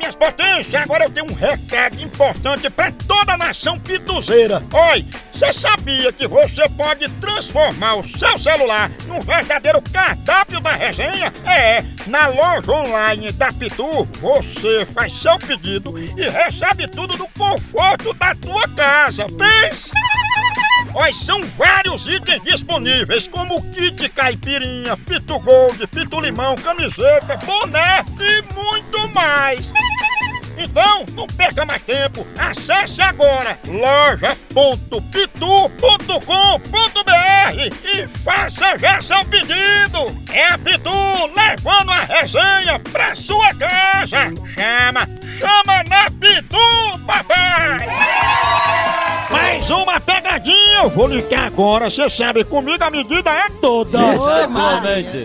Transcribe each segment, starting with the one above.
das potências, agora eu tenho um recado importante pra toda a nação pituzeira. Oi, você sabia que você pode transformar o seu celular num verdadeiro cardápio da resenha? É, na loja online da Pitu, você faz seu pedido e recebe tudo no conforto da tua casa. Pensa! Olha, são vários itens disponíveis, como kit caipirinha, pitu gold, pitu limão, camiseta, boné e muito mais. Então, não perca mais tempo, acesse agora loja.pitu.com.br e faça já seu pedido. É a Pitu levando a resenha pra sua casa. Chama, chama na Pitu, papai! Mais uma pegadinha, eu vou ligar agora, você sabe, comida a medida é toda.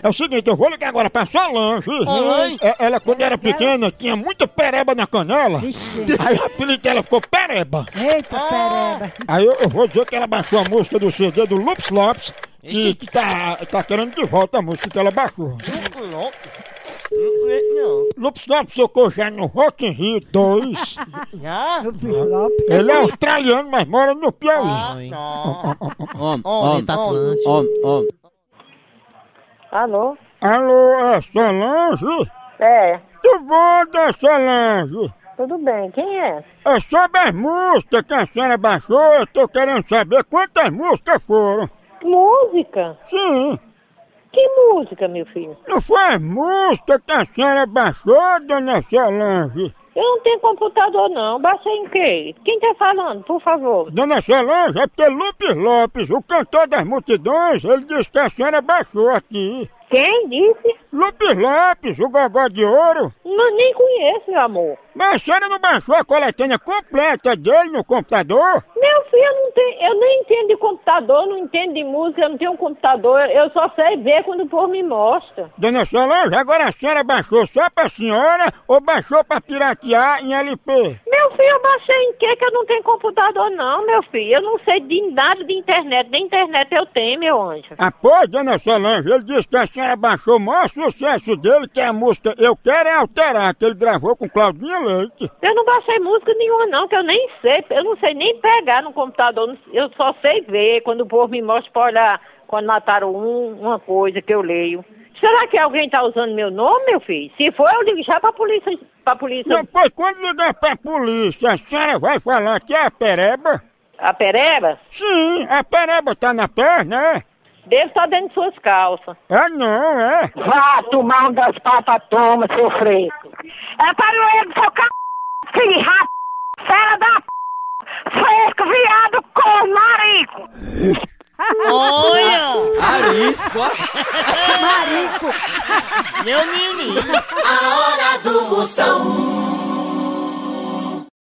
É o seguinte, eu vou ligar agora pra Solange. Oi. É, Ela, quando era pequena, tinha muita pereba na canela. Vixe. Aí o apelido dela ficou pereba. Eita, pereba. Aí eu, eu vou dizer que ela baixou a música do CD do Lups Lopes, que, que tá, tá querendo de volta a música que ela baixou. Não, Lups Lopes tocou já no Rock in Rio 2. já? Eu fiz golpe. Ele é australiano, mas mora no Piauí. ah, Não. Homem, tá homem, homem, homem, homem. Alô? Alô, é Solange? É, Tudo bom, dona Solange? tudo bem. Quem é? É sobre as músicas que a senhora baixou, eu tô querendo saber quantas músicas foram. Música? Sim, Que música, meu filho? não foi as músicas que a senhora baixou, dona Solange? Eu não tenho computador, não. Baixei em quê? Quem tá falando, por favor? Dona Solange, é porque Lupes Lopes, o cantor das multidões, ele disse que a senhora baixou aqui. Quem disse? Lupes Lopes, o gogó de ouro. Não, nem conheço, meu amor. Mas a senhora não baixou a coletânea completa dele no computador? Meu filho, eu, não tenho, eu nem entendo de computador, não entendo de música, eu não tenho computador. Eu só sei ver quando o povo me mostra. Dona Solange, agora a senhora baixou só pra senhora ou baixou pra piratear em LP? Meu filho, eu baixei em quê que eu não tenho computador, não, meu filho? Eu não sei de nada de internet. Nem internet eu tenho, meu anjo. Após, dona Solange, ele disse que a senhora baixou o maior sucesso dele, que é a música Eu Quero É Alterar, que ele gravou com Claudinha Leite. Eu não baixei música nenhuma, não, que eu nem sei. Eu não sei nem pegar no computador. não- Eu só sei ver quando o povo me mostra pra olhar quando mataram um, uma coisa que eu leio. Será que alguém tá usando meu nome, meu filho? Se for, eu ligo já pra polícia. Pra polícia. Depois, quando ligar pra polícia, a senhora vai falar que é a pereba? A pereba? Sim, a pereba tá na perna, é? Deve estar tá dentro de suas calças. É não, é. Vá tomar um das patas, toma, seu fresco. É para o erro do seu c... filho rato, fera da p... fresco, viado, com marico. Olha, Arisco, Marico. meu menino. A hora do Moção.